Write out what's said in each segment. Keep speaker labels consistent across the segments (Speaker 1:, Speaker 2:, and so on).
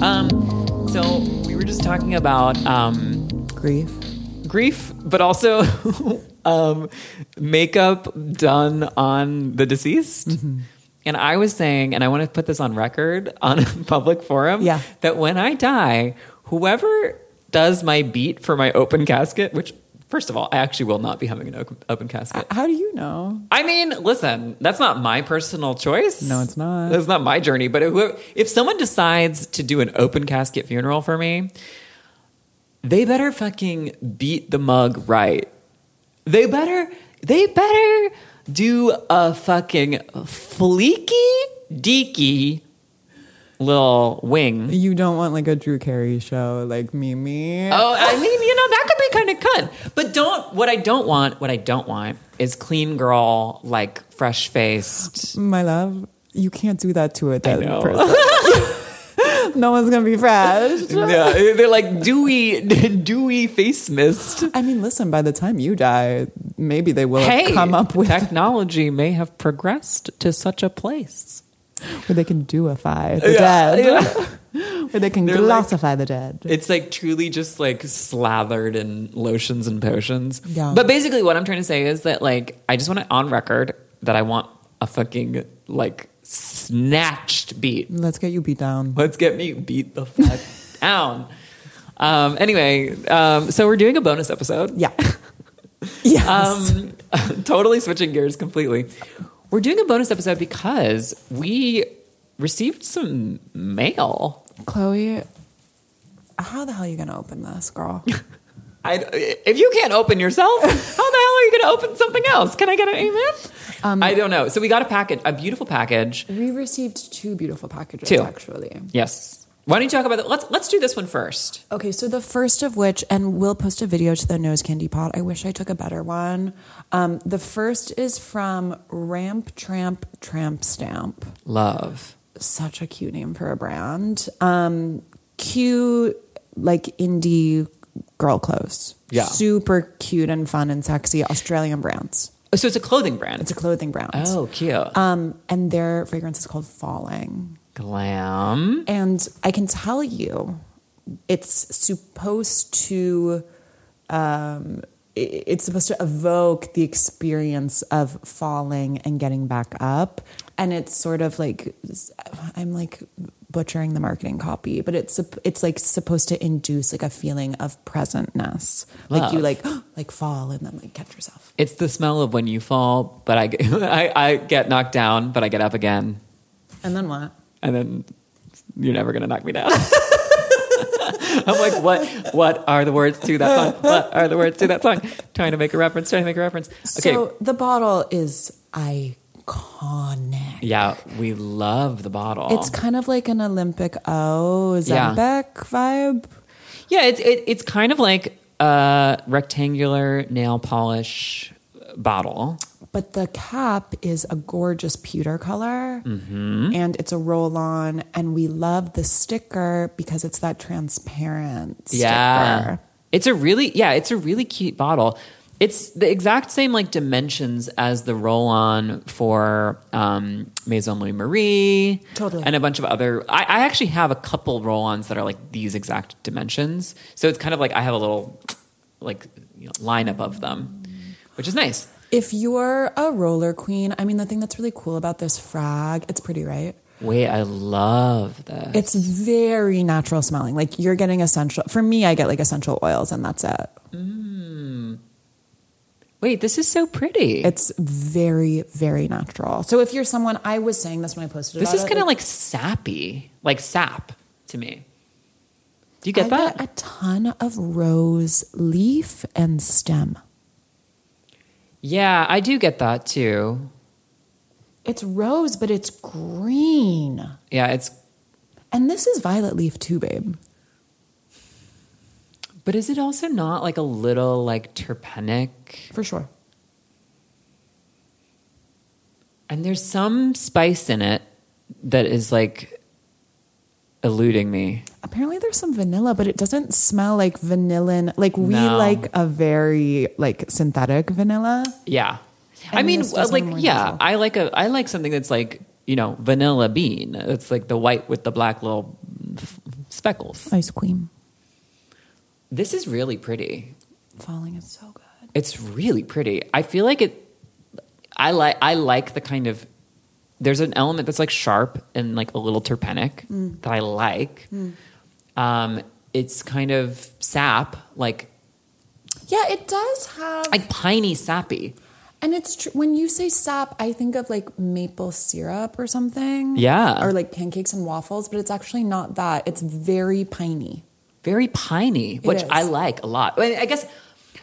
Speaker 1: Um, about um,
Speaker 2: Grief.
Speaker 1: grief, but also um, makeup done on the deceased. And I was saying, and I want to put this on record on a public forum
Speaker 2: Yeah.
Speaker 1: that when I die, whoever does my beat for my open casket, which, first of all, I actually will not be having an open, open casket.
Speaker 2: How do you know?
Speaker 1: I mean, listen, that's not my personal choice.
Speaker 2: No, it's not.
Speaker 1: That's not my journey. But whoever, if someone decides to do an open casket funeral for me, they better fucking beat the mug right. They better, they better do a fucking fleeky deaky little wing.
Speaker 2: You don't want like a Drew Carey show, like Mimi.
Speaker 1: Oh, I mean, you know, that could be kind of cut. But don't, what I don't want, what I don't want is clean girl, like fresh faced.
Speaker 2: My love, you can't do that to a dead
Speaker 1: know.
Speaker 2: person. no one's gonna be fresh.
Speaker 1: yeah, they're like dewy, dewy face mist.
Speaker 2: I mean, listen, by the time you die, maybe they will have come up with
Speaker 1: technology may have progressed to such a place.
Speaker 2: where they can duify the
Speaker 1: Yeah,
Speaker 2: dead. where they can
Speaker 1: They're like-
Speaker 2: glossify the dead.
Speaker 1: It's like truly just like slathered in lotions and potions.
Speaker 2: Yeah.
Speaker 1: But basically, what I'm trying to say is that like I just want it on record that I want a fucking like snatched beat.
Speaker 2: Let's get you beat down.
Speaker 1: Let's get me beat the fuck down. Um, anyway, um, so we're doing a bonus episode.
Speaker 2: Yeah. Yes.
Speaker 1: Um, totally switching gears completely. We're doing a bonus episode because we received some mail.
Speaker 2: Chloe, how the hell are you gonna open this, girl?
Speaker 1: I, if you can't open yourself, how the hell are you going to open something else? Can I get an amen?
Speaker 3: Um,
Speaker 1: I don't know. So we got a package, a beautiful package.
Speaker 3: We received two beautiful packages,
Speaker 1: Two.
Speaker 3: actually.
Speaker 1: Yes. Why don't you talk about that? Let's let's do this one first.
Speaker 3: Okay, so the first of which, and we'll post a video to the nose candy pot. I wish I took a better one. Um, the first is from Ramp Tramp Tramp Stamp.
Speaker 1: Love.
Speaker 3: Such a cute name for a brand. Um, cute, like indie girl clothes.
Speaker 1: Yeah.
Speaker 3: Super cute and fun and sexy Australian brands.
Speaker 1: So it's a clothing brand.
Speaker 3: It's a clothing brand.
Speaker 1: oh, cute.
Speaker 3: Um, and their fragrance is called Falling.
Speaker 1: Glam.
Speaker 3: And I can tell you, it's supposed to. Um, i- it's supposed to evoke the experience of falling and getting back up. And it's sort of like, I'm like butchering the marketing copy, but it's, sup- it's like supposed to induce like a feeling of presentness. Like you
Speaker 1: Love.
Speaker 3: like, like fall and then like catch yourself.
Speaker 1: It's the smell of when you fall, but I, get- I, I get knocked down, but I get up again.
Speaker 3: And then what?
Speaker 1: and then you're never gonna knock me down. I'm like, what? What are the words to that song? What are the words to that song? Trying to make a reference. Trying to make a reference. Okay.
Speaker 3: So the bottle is iconic.
Speaker 1: yeah, we love the bottle.
Speaker 3: It's kind of like an Olympic O
Speaker 1: Yeah.
Speaker 3: Zembec vibe.
Speaker 1: yeah, it's it, it's kind of like a rectangular nail polish bottle.
Speaker 3: But the cap is a gorgeous pewter color
Speaker 1: Mm-hmm.
Speaker 3: and it's a roll on. And we love the sticker because it's that transparent
Speaker 1: Yeah,
Speaker 3: sticker.
Speaker 1: it's a really yeah, it's a really cute bottle. It's the exact same like dimensions as the roll-on for um, Maison Louis Marie,
Speaker 3: Totally.
Speaker 1: and a bunch of other. I, I actually have a couple roll-ons that are like these exact dimensions, so it's kind of like I have a little like you know, line above them, which is nice.
Speaker 3: If you're a roller queen, I mean, the thing that's really cool about this frag, it's pretty, right?
Speaker 1: Wait, I love that.
Speaker 3: It's very natural smelling. Like you're getting essential. For me, I get like essential oils and that's it.
Speaker 1: Wait, this is so pretty.
Speaker 3: It's very, very natural. So if you're someone, I was saying this when I posted
Speaker 1: this
Speaker 3: about
Speaker 1: is
Speaker 3: it,
Speaker 1: kind of like sappy, like sap to me. Do you get
Speaker 3: I
Speaker 1: that?
Speaker 3: got a ton of rose leaf and stem.
Speaker 1: Yeah, I do get that too.
Speaker 3: It's rose, but it's green.
Speaker 1: Yeah, it's
Speaker 3: And this is violet leaf too, babe.
Speaker 1: but is it also not like a little like terpenic?
Speaker 3: For sure.
Speaker 1: And there's some spice in it that is like eluding me.
Speaker 3: Apparently there's some vanilla, but it doesn't smell like vanillin. Like we
Speaker 1: No.
Speaker 3: like a very like synthetic vanilla.
Speaker 1: Yeah. I
Speaker 3: And
Speaker 1: mean, uh,
Speaker 3: this doesn't
Speaker 1: like
Speaker 3: ring
Speaker 1: yeah,
Speaker 3: true.
Speaker 1: I like a I like something that's like, you know, vanilla bean. It's like the white with the black little f- speckles.
Speaker 3: Ice cream.
Speaker 1: This is really pretty.
Speaker 3: Falling is so good.
Speaker 1: It's really pretty. I feel like it. I like. I like the kind of. There's an element that's like sharp and like a little terpenic
Speaker 3: Mm.
Speaker 1: that I like. Um, it's kind of sap, like
Speaker 3: Yeah, it does have.
Speaker 1: like piney sappy.
Speaker 3: and it's true. When you say sap, I think of like maple syrup or something.
Speaker 1: Yeah.
Speaker 3: Or like pancakes and waffles, but it's actually not that. It's very piney.
Speaker 1: very piney, which
Speaker 3: is.
Speaker 1: I like a lot. I, mean, I guess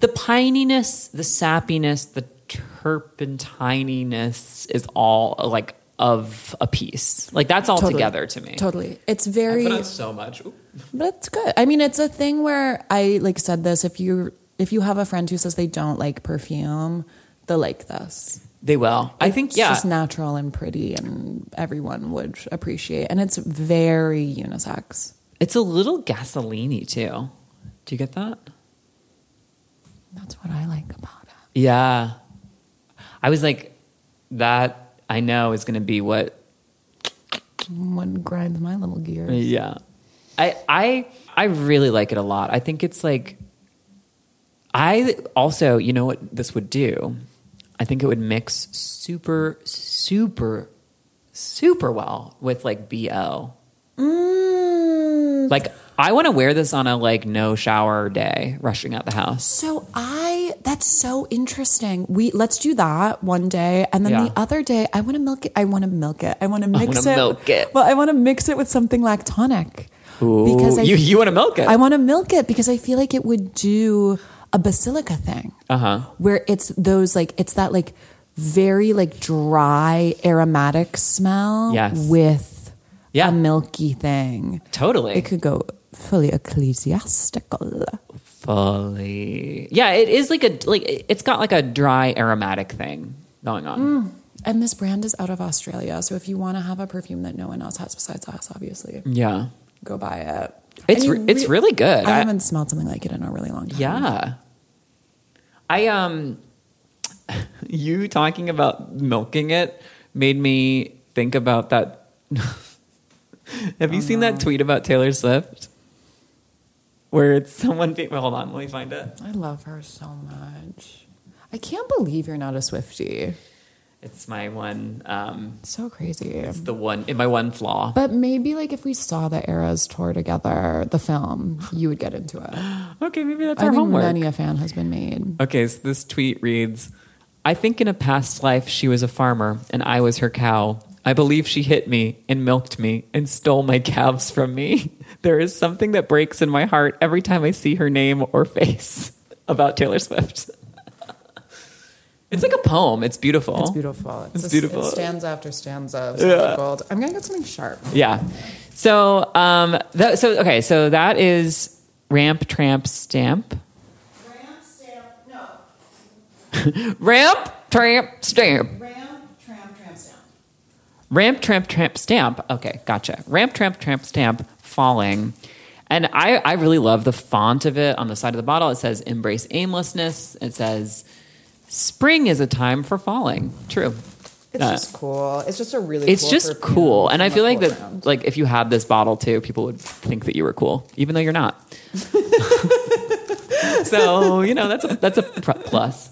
Speaker 1: the pininess, the sappiness, the turpentininess is all uh, like of a piece. Like that's all
Speaker 3: Totally.
Speaker 1: together to me.
Speaker 3: Totally. It's very.
Speaker 1: so much. Ooh.
Speaker 3: But it's good. I mean, it's a thing where I like said this. If you if you have a friend who says they don't like perfume, they'll like this.
Speaker 1: They will. I think
Speaker 3: It's
Speaker 1: yeah.
Speaker 3: just natural and pretty, and everyone would appreciate. And it's very unisex.
Speaker 1: It's a little gasoline too. Do you get that?
Speaker 3: That's what I like about it.
Speaker 1: Yeah. I was like, that I know is gonna be what
Speaker 3: What grinds my little gears.
Speaker 1: Yeah. I I I really like it a lot. I think it's like I also, you know what this would do? I think it would mix super super super well with like BO.
Speaker 3: Mm.
Speaker 1: Like I want to wear this on a like no shower day rushing out the house.
Speaker 3: So I that's so interesting. We let's do that one day and then
Speaker 1: Yeah.
Speaker 3: the other day I want to milk it I want to milk it. I want to mix it.
Speaker 1: milk it.
Speaker 3: Well, I want to mix it with something lactonic.
Speaker 1: Ooh,
Speaker 3: because I,
Speaker 1: you you want to milk it.
Speaker 3: I want to milk it because I feel like it would do a basilica thing.
Speaker 1: Uh-huh.
Speaker 3: Where it's those like it's that like very like dry aromatic smell
Speaker 1: Yes.
Speaker 3: with
Speaker 1: Yeah.
Speaker 3: a milky thing.
Speaker 1: totally.
Speaker 3: It could go fully ecclesiastical.
Speaker 1: Fully. Yeah, it is like a like it- it's got like a dry aromatic thing going on.
Speaker 3: Mm. And this brand is out of Australia. So if you want to have a perfume that no one else has besides us, obviously,
Speaker 1: Yeah.
Speaker 3: go buy it.
Speaker 1: It's
Speaker 3: And
Speaker 1: re-
Speaker 3: you
Speaker 1: it's
Speaker 3: re-
Speaker 1: really good.
Speaker 3: I
Speaker 1: I-
Speaker 3: haven't smelled something like it in a really long time.
Speaker 1: Yeah. I um you talking about milking it made me think about that. Have you seen
Speaker 3: Uh-huh.
Speaker 1: that tweet about Taylor Swift? Where it's someone being well, hold on, let me find it.
Speaker 3: I love her so much. I can't believe you're not a Swifty.
Speaker 1: It's my one um
Speaker 3: So crazy.
Speaker 1: it's the one in my one flaw.
Speaker 3: But maybe like if we saw the Eras tour together, the film, you would get into it. I
Speaker 1: Okay, maybe that's our
Speaker 3: think
Speaker 1: homework.
Speaker 3: many a fan has been made.
Speaker 1: Okay, so this tweet reads I think in a past life she was a farmer and I was her cow. I believe she hit me and milked me and stole my calves from me. There is something that breaks in my heart every time I see her name or face about Taylor Swift. it's like a poem. It's beautiful.
Speaker 3: It's beautiful.
Speaker 1: It's just- it beautiful.
Speaker 3: stanza after stanza.
Speaker 1: Yeah.
Speaker 3: Gold. I'm gonna get something sharp.
Speaker 1: Yeah. So, um, that, so okay, so that is ramp, tramp, stamp.
Speaker 4: Ramp, stamp, no,
Speaker 1: Ramp, tramp, stamp.
Speaker 4: ramp, tramp, tramp, stamp.
Speaker 1: Ramp, tramp, tramp, stamp. Okay, gotcha. Ramp, tramp, tramp, stamp, falling. And I, I really love the font of it on the side of the bottle. It says embrace aimlessness. It says spring is a time for falling. True.
Speaker 3: It's
Speaker 1: Uh,
Speaker 3: just cool. It's just a really.
Speaker 1: It's
Speaker 3: cool
Speaker 1: just
Speaker 3: perfume
Speaker 1: cool. And I
Speaker 3: from a
Speaker 1: feel like
Speaker 3: cool
Speaker 1: that
Speaker 3: brand.
Speaker 1: like if you had this bottle too, people would think that you were cool, even though you're not. so, you know, that's a that's a pr- plus.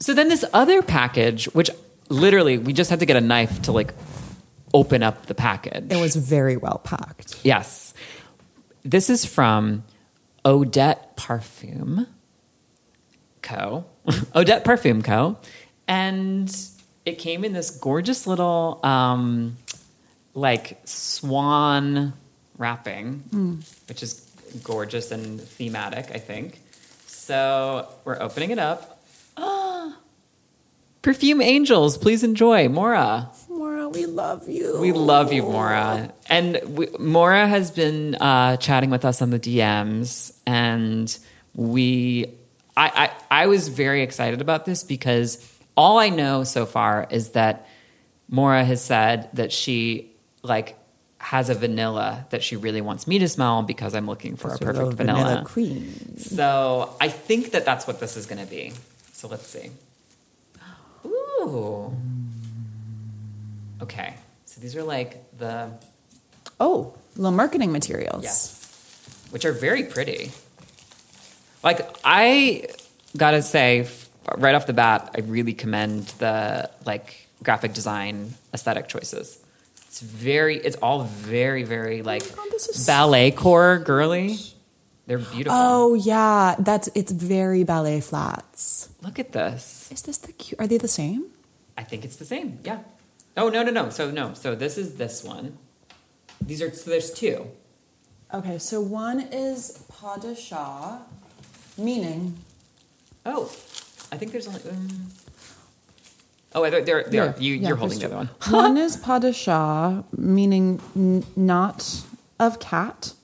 Speaker 1: So then this other package, which literally we just had to get a knife to like open up the package.
Speaker 3: It was very well packed.
Speaker 1: Yes. This is from Odette Parfum Co. Odette Parfum Co. And it came in this gorgeous little um, like swan wrapping, which is gorgeous and thematic, I think. So we're opening it up. Ah. Perfume Angels, please enjoy. Mora.
Speaker 3: Mora, we love you.
Speaker 1: We love you, Mora. And we, Mora has been uh, chatting with us on the DMs, and we, I, I, I was very excited about this because all I know so far is that Mora has said that she like has a vanilla that she really wants me to smell because I'm looking for a
Speaker 3: Sort of
Speaker 1: perfect
Speaker 3: vanilla.
Speaker 1: vanilla.
Speaker 3: queen.
Speaker 1: So I think that that's what this is going to be. So let's see. Ooh. Okay. So these are like the
Speaker 3: Oh, little marketing materials.
Speaker 1: yes, which are very pretty. Like I gotta say, f- right off the bat, I really commend the like graphic design aesthetic choices. It's very, it's all very, very like
Speaker 3: God, Oh, this is
Speaker 1: ballet core girly. They're beautiful.
Speaker 3: Oh yeah, that's it's very ballet flats.
Speaker 1: Look at this.
Speaker 3: Is this the cute? Are they the same?
Speaker 1: I think it's the same. Yeah. Oh no no no. So no. So this is this one. These are so there's two.
Speaker 3: Okay, so one is pas de chat, meaning
Speaker 1: Oh, I think there's only. Um... Oh, I thought there, there.
Speaker 3: Yeah,
Speaker 1: you,
Speaker 3: yeah,
Speaker 1: you're holding the
Speaker 3: there's
Speaker 1: other one.
Speaker 3: one is pas de chat, meaning n- not of cat,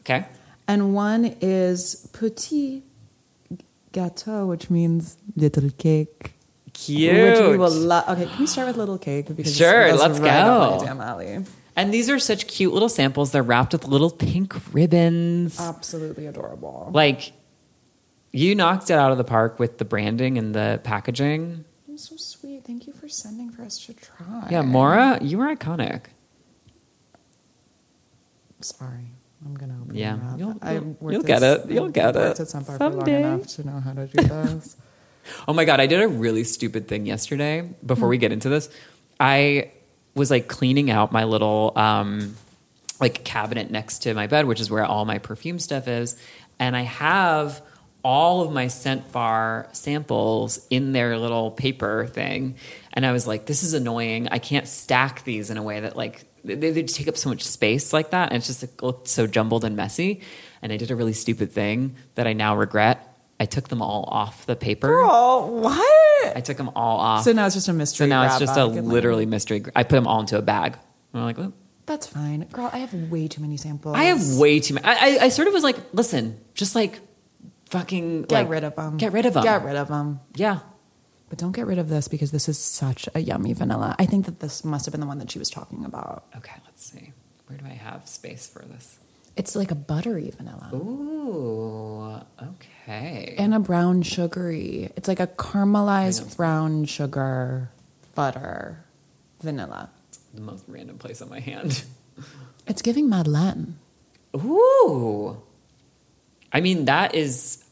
Speaker 1: Okay.
Speaker 3: and one is petit gâteau, which means little cake.
Speaker 1: Cute.
Speaker 3: Which we will love. Okay, can we start with little cake? Because
Speaker 1: Sure,
Speaker 3: that's
Speaker 1: let's
Speaker 3: right up my
Speaker 1: go.
Speaker 3: damn alley.
Speaker 1: and these are such cute little samples. They're wrapped with little pink ribbons.
Speaker 3: Uh, Absolutely adorable.
Speaker 1: like, you knocked it out of the park with the branding and the packaging.
Speaker 3: That was so sweet. Thank you for sending for us to try.
Speaker 1: Yeah, Mora, you were iconic.
Speaker 3: Sorry, I'm gonna open
Speaker 1: Yeah.
Speaker 3: it up.
Speaker 1: You'll-
Speaker 3: I
Speaker 1: you'll-
Speaker 3: worked
Speaker 1: you'll
Speaker 3: at
Speaker 1: get
Speaker 3: s-
Speaker 1: it. You'll
Speaker 3: I
Speaker 1: get
Speaker 3: worked
Speaker 1: it
Speaker 3: at Sunbar for long
Speaker 1: someday.
Speaker 3: enough to know how to do this.
Speaker 1: Oh my god, I did a really stupid thing yesterday. Before we get into this, I was like cleaning out my little um like cabinet next to my bed, which is where all my perfume stuff is, and I have all of my scent bar samples in their little paper thing, and I was like, this is annoying. I can't stack these in a way that like they, they just take up so much space like that, and it's just like, looked so jumbled and messy. And I did a really stupid thing that I now regret. I took them all off the paper.
Speaker 3: oh, what?
Speaker 1: I took them all off.
Speaker 3: So now it's just a mystery.
Speaker 1: So now it's
Speaker 3: grab
Speaker 1: just a
Speaker 3: bag and, like,
Speaker 1: literally mystery. gr- I put them all into a bag. And I'm like, "Well,
Speaker 3: That's fine, girl. I have way too many samples.
Speaker 1: I have way too many. I, I, I sort of was like, listen, just like fucking
Speaker 3: Get
Speaker 1: like,
Speaker 3: rid of them.
Speaker 1: Get rid of them.
Speaker 3: Get rid of them.
Speaker 1: yeah.
Speaker 3: But don't get rid of this because this is such a yummy vanilla. I think that this must have been the one that she was talking about.
Speaker 1: Okay, let's see. Where do I have space for this?
Speaker 3: It's like a buttery vanilla
Speaker 1: Ooh, okay.
Speaker 3: and a brown sugary. It's like a caramelized brown sugar butter vanilla.
Speaker 1: the most random place on my hand.
Speaker 3: It's giving Madeleine.
Speaker 1: Ooh. I mean, that is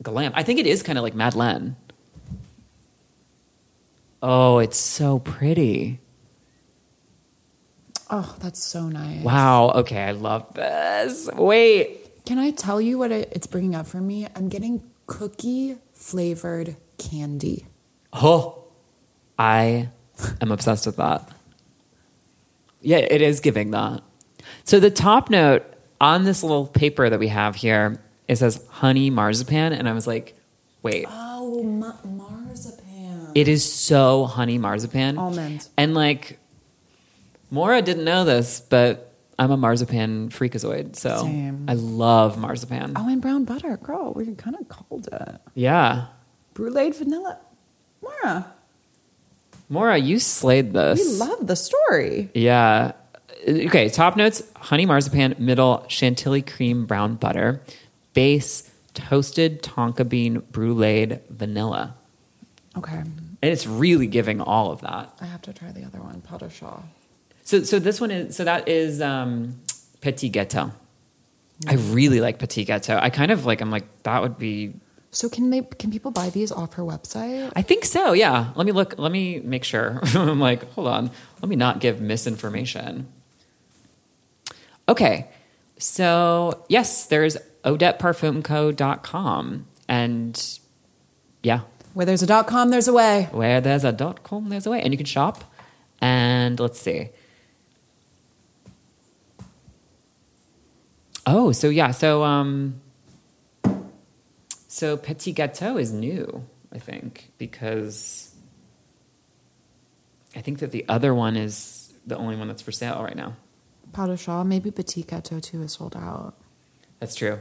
Speaker 1: glam. I think it is kind of like Madeleine. Oh, it's so pretty.
Speaker 3: Oh, that's so nice.
Speaker 1: Wow. Okay. I love this. Wait.
Speaker 3: Can I tell you what it- it's bringing up for me? I'm getting cookie flavored candy.
Speaker 1: Oh, I am obsessed with that. Yeah, it is giving that. So the top note on this little paper that we have here, it says honey marzipan. And I was like, wait,
Speaker 3: Oh, ma- marzipan.
Speaker 1: it is so honey marzipan.
Speaker 3: Almond.
Speaker 1: And like, Mora didn't know this, but I'm a marzipan freakazoid. So
Speaker 3: Same.
Speaker 1: I love marzipan.
Speaker 3: Oh, and brown butter. Girl, we kind of called it.
Speaker 1: Yeah.
Speaker 3: Brulee vanilla. Mara,
Speaker 1: Mora, you slayed this.
Speaker 3: we love the story.
Speaker 1: Yeah. Okay, top notes honey marzipan, middle chantilly cream brown butter, base toasted tonka bean bruleed vanilla.
Speaker 3: Okay,
Speaker 1: And it's really giving all of that.
Speaker 3: I have to try the other one, pot au chaud.
Speaker 1: So so this one is so that is um petit gâteau. I really like petit gâteau. I kind of like I'm like that would be
Speaker 3: So can they? Can people buy these off her website?
Speaker 1: I think so. Yeah. Let me look. Let me make sure. I'm like, hold on. Let me not give misinformation. Okay. So, yes, there's odetteparfumco.com. And yeah,
Speaker 3: Where there's a dot com, there's a way.
Speaker 1: where there's a dot com, there's a way. And you can shop. And let's see. Oh, so yeah. So, um, so Petit Gâteau is new, I think, because I think that the other one is the only one that's for sale right now.
Speaker 3: Pot au chaud. Maybe Petit Gâteau too is sold out.
Speaker 1: That's true.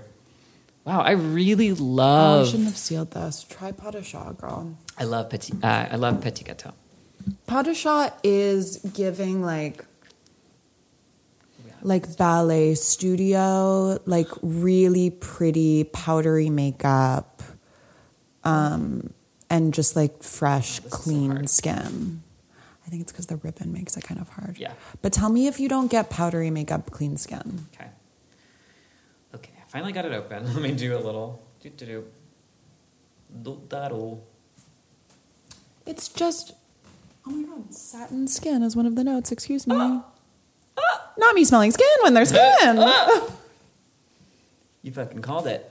Speaker 1: Wow, I really
Speaker 3: Oh, I
Speaker 1: love.
Speaker 3: shouldn't have sealed this. Try pot au chaud, girl.
Speaker 1: I love petit. Uh, I love petit gâteau.
Speaker 3: Pot au chaud is giving like. Like ballet studio, like really pretty powdery makeup, um, and just like fresh,
Speaker 1: Oh, is so
Speaker 3: clean
Speaker 1: hard.
Speaker 3: skin. I think it's because the ribbon makes it kind of hard.
Speaker 1: Yeah.
Speaker 3: But tell me if you don't get powdery makeup, clean skin.
Speaker 1: Okay. Okay, I finally got it open. Let me do a little. Do do do. That'll.
Speaker 3: It's just, oh my god, satin skin is one of the notes. Excuse me. Ah! Not me smelling skin when there's skin.
Speaker 1: Ah! You fucking called it.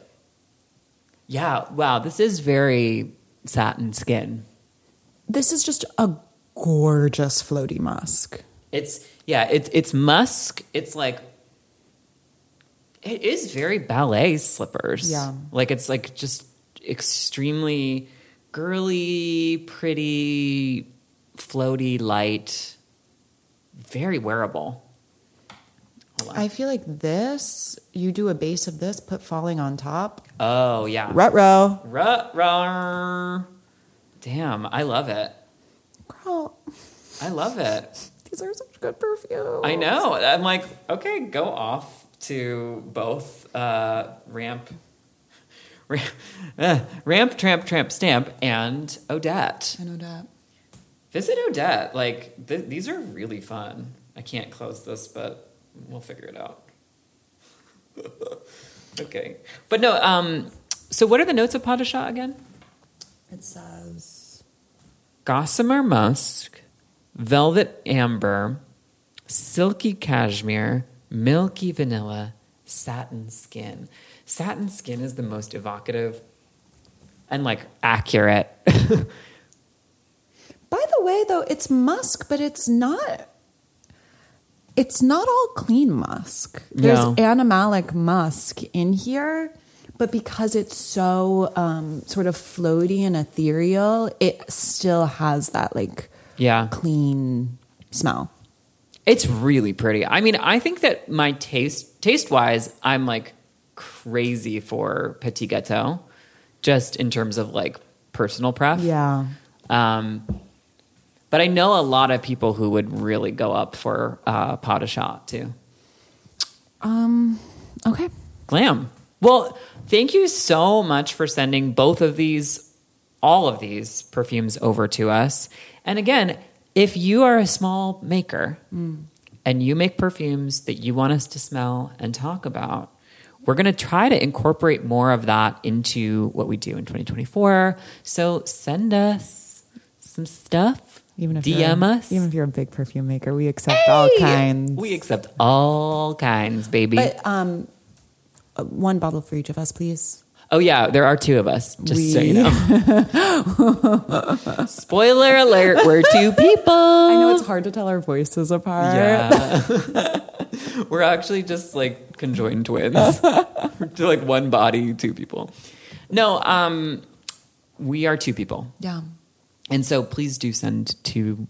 Speaker 1: Yeah, wow, this is very satin skin.
Speaker 3: This is just a gorgeous floaty musk.
Speaker 1: It's yeah, it's it's musk. It's like it is very ballet slippers.
Speaker 3: Yeah.
Speaker 1: Like it's like just extremely girly, pretty, floaty, light, very wearable.
Speaker 3: I feel like this, you do a base of this, put falling on top.
Speaker 1: Oh yeah.
Speaker 3: Rut row.
Speaker 1: Ruh, rah. Damn, I love it.
Speaker 3: Girl,
Speaker 1: I love it.
Speaker 3: these are such good perfumes.
Speaker 1: I know. I'm like, okay, go off to both uh, ramp, ramp, uh, ramp, tramp, tramp, stamp, and Odette.
Speaker 3: I know that.
Speaker 1: Visit Odette. Like th- these are really fun. I can't close this, but we'll figure it out. okay, but no. Um, so what are the notes of Pas de Chat again?
Speaker 3: It says
Speaker 1: gossamer musk, velvet amber, silky cashmere, milky vanilla, satin skin. Satin skin is the most evocative and like accurate.
Speaker 3: By the way, though, it's musk, but it's not. It's not all clean musk. There's
Speaker 1: No.
Speaker 3: animalic musk in here, but because it's so um, sort of floaty and ethereal, it still has that like
Speaker 1: yeah.
Speaker 3: clean smell.
Speaker 1: It's really pretty. I mean, I think that my taste taste wise, I'm like crazy for petit gâteau just in terms of like personal pref.
Speaker 3: Yeah,
Speaker 1: Um, but I know a lot of people who would really go up for uh, pot of shot too.
Speaker 3: Okay.
Speaker 1: Glam. Well, thank you so much for sending both of these, all of these perfumes over to us. And again, if you are a small maker and you make perfumes that you want us to smell and talk about, we're going to try to incorporate more of that into what we do in 2024. So send us some stuff. DM
Speaker 3: you're,
Speaker 1: us.
Speaker 3: Even if you're a big perfume maker, we accept all kinds.
Speaker 1: We accept all kinds, baby.
Speaker 3: but um, uh, one bottle for each of us, please.
Speaker 1: oh yeah, there are two of us. Just so you
Speaker 3: We-
Speaker 1: know. Spoiler alert: We're two people.
Speaker 3: I know it's hard to tell our voices apart.
Speaker 1: Yeah. We're actually just like conjoined twins. We're like one body, two people. No, um, we are two people,
Speaker 3: yeah.
Speaker 1: and so please do send two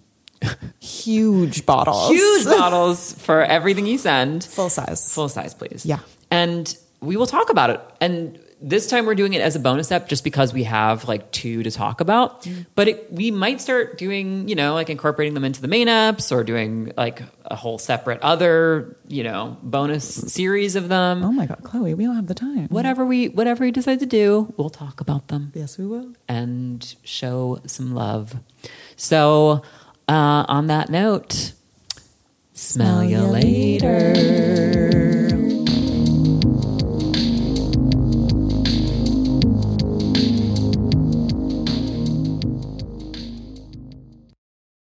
Speaker 3: Huge bottles.
Speaker 1: huge bottles for everything you send.
Speaker 3: Full size.
Speaker 1: full size, please.
Speaker 3: Yeah.
Speaker 1: And we will talk about it. And this time we're doing it as a bonus app just because we have like two to talk about.
Speaker 3: Mm-hmm.
Speaker 1: But it, we might start doing, you know, like incorporating them into the main apps or doing like a whole separate other, you know, bonus series of them.
Speaker 3: Oh my God, Chloe, we don't have the time.
Speaker 1: Whatever we whatever we decide to do, we'll talk about them
Speaker 3: Yes, we will.
Speaker 1: and show some love. So, uh, on that note, smell, you later.